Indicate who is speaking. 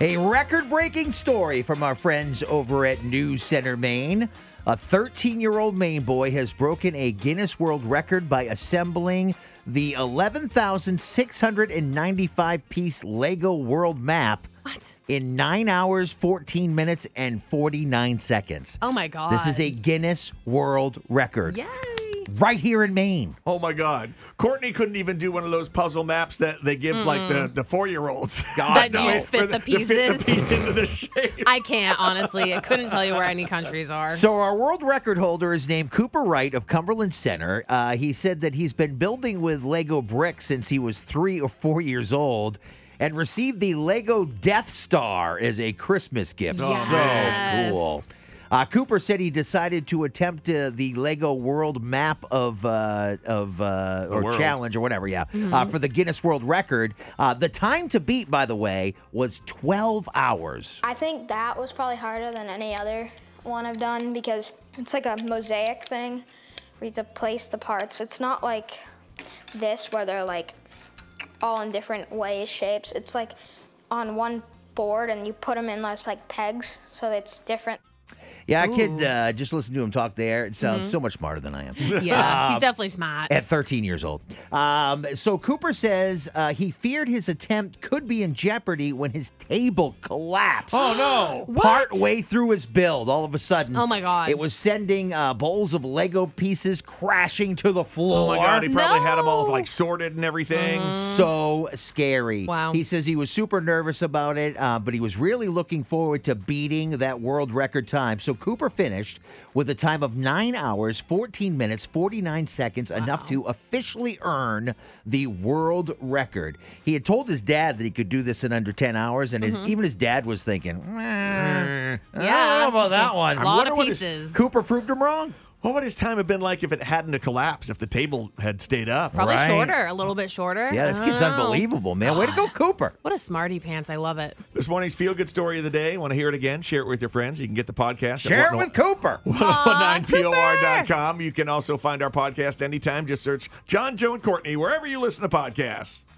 Speaker 1: A record breaking story from our friends over at News Center Maine. A 13 year old Maine boy has broken a Guinness World Record by assembling the 11,695 piece Lego world map
Speaker 2: What?
Speaker 1: in 9 hours, 14 minutes, and 49 seconds.
Speaker 2: Oh my God.
Speaker 1: This is a Guinness World Record
Speaker 2: Yay.
Speaker 1: right here in Maine.
Speaker 3: Oh my God. Courtney couldn't even do one of those puzzle maps that they give like the, the four year olds. God,
Speaker 2: That you just fit the
Speaker 3: fit
Speaker 2: pieces.
Speaker 3: the piece into the shape.
Speaker 2: I can't, honestly. I couldn't tell you where any countries are.
Speaker 1: So our world record holder is named Cooper Wright of Cumberland Center. Uh, he said that he's been building with Lego bricks since he was three or four years old. And received the Lego Death Star as a Christmas gift.
Speaker 2: Yes.
Speaker 1: So cool. Uh, Cooper said he decided to attempt uh, the Lego World Map of uh, of uh, or
Speaker 3: world.
Speaker 1: challenge or whatever, yeah,
Speaker 2: Mm-hmm.
Speaker 1: uh, for the Guinness World Record. Uh, the time to beat, by the way, was 12 hours.
Speaker 4: I think that was probably harder than any other one I've done because it's like a mosaic thing where you have to place the parts. It's not like this where they're like all in different ways, shapes. It's like on one board and you put them in as like pegs, so it's different.
Speaker 1: Yeah, I could uh, just listen to him talk there. It
Speaker 3: Mm-hmm.
Speaker 1: sounds so much smarter than I am
Speaker 2: Yeah. He's definitely smart.
Speaker 1: at 13 years old. Um, so Cooper says uh, he feared his attempt could be in jeopardy when his table collapsed.
Speaker 3: oh no.
Speaker 1: Part way through his build, all of a sudden,
Speaker 2: Oh, my God.
Speaker 1: It was sending uh, bowls of Lego pieces crashing to the
Speaker 3: Oh
Speaker 1: floor.
Speaker 3: my God. He probably had them all
Speaker 2: No. Mm-hmm.
Speaker 3: like sorted and everything.
Speaker 1: so scary.
Speaker 2: Wow.
Speaker 1: He says he was super nervous about it, uh, but he was really looking forward to beating that world record time. So Cooper finished with a time of nine hours, 14 minutes, 49 seconds, enough to officially earn the world record. He had told his dad that he could do this in under 10 hours, and
Speaker 2: Mm-hmm.
Speaker 1: his, even his dad was thinking, yeah, I don't know
Speaker 2: Mm. Yeah,
Speaker 1: about
Speaker 2: it's
Speaker 1: that
Speaker 2: a
Speaker 1: one.
Speaker 2: lot
Speaker 1: Wonder
Speaker 2: of
Speaker 1: what his-
Speaker 2: pieces.
Speaker 1: Cooper proved him wrong.
Speaker 3: What would his time have been like if it hadn't have collapsed, if the table had stayed up?
Speaker 2: Probably
Speaker 1: Right.
Speaker 2: shorter, a little bit shorter.
Speaker 1: Yeah, this
Speaker 2: I
Speaker 1: kid's
Speaker 2: don't know.
Speaker 1: unbelievable, man. Way to go, Cooper.
Speaker 2: What a smarty pants. I love it.
Speaker 3: This morning's feel good story of the day. Want to hear it again? Share it with your friends. You can get the podcast.
Speaker 1: Share
Speaker 3: at
Speaker 1: it
Speaker 3: 10-
Speaker 1: with Cooper.
Speaker 3: 1019por.com. You can also find our podcast anytime. Just search John, Joe, and Courtney wherever you listen to podcasts.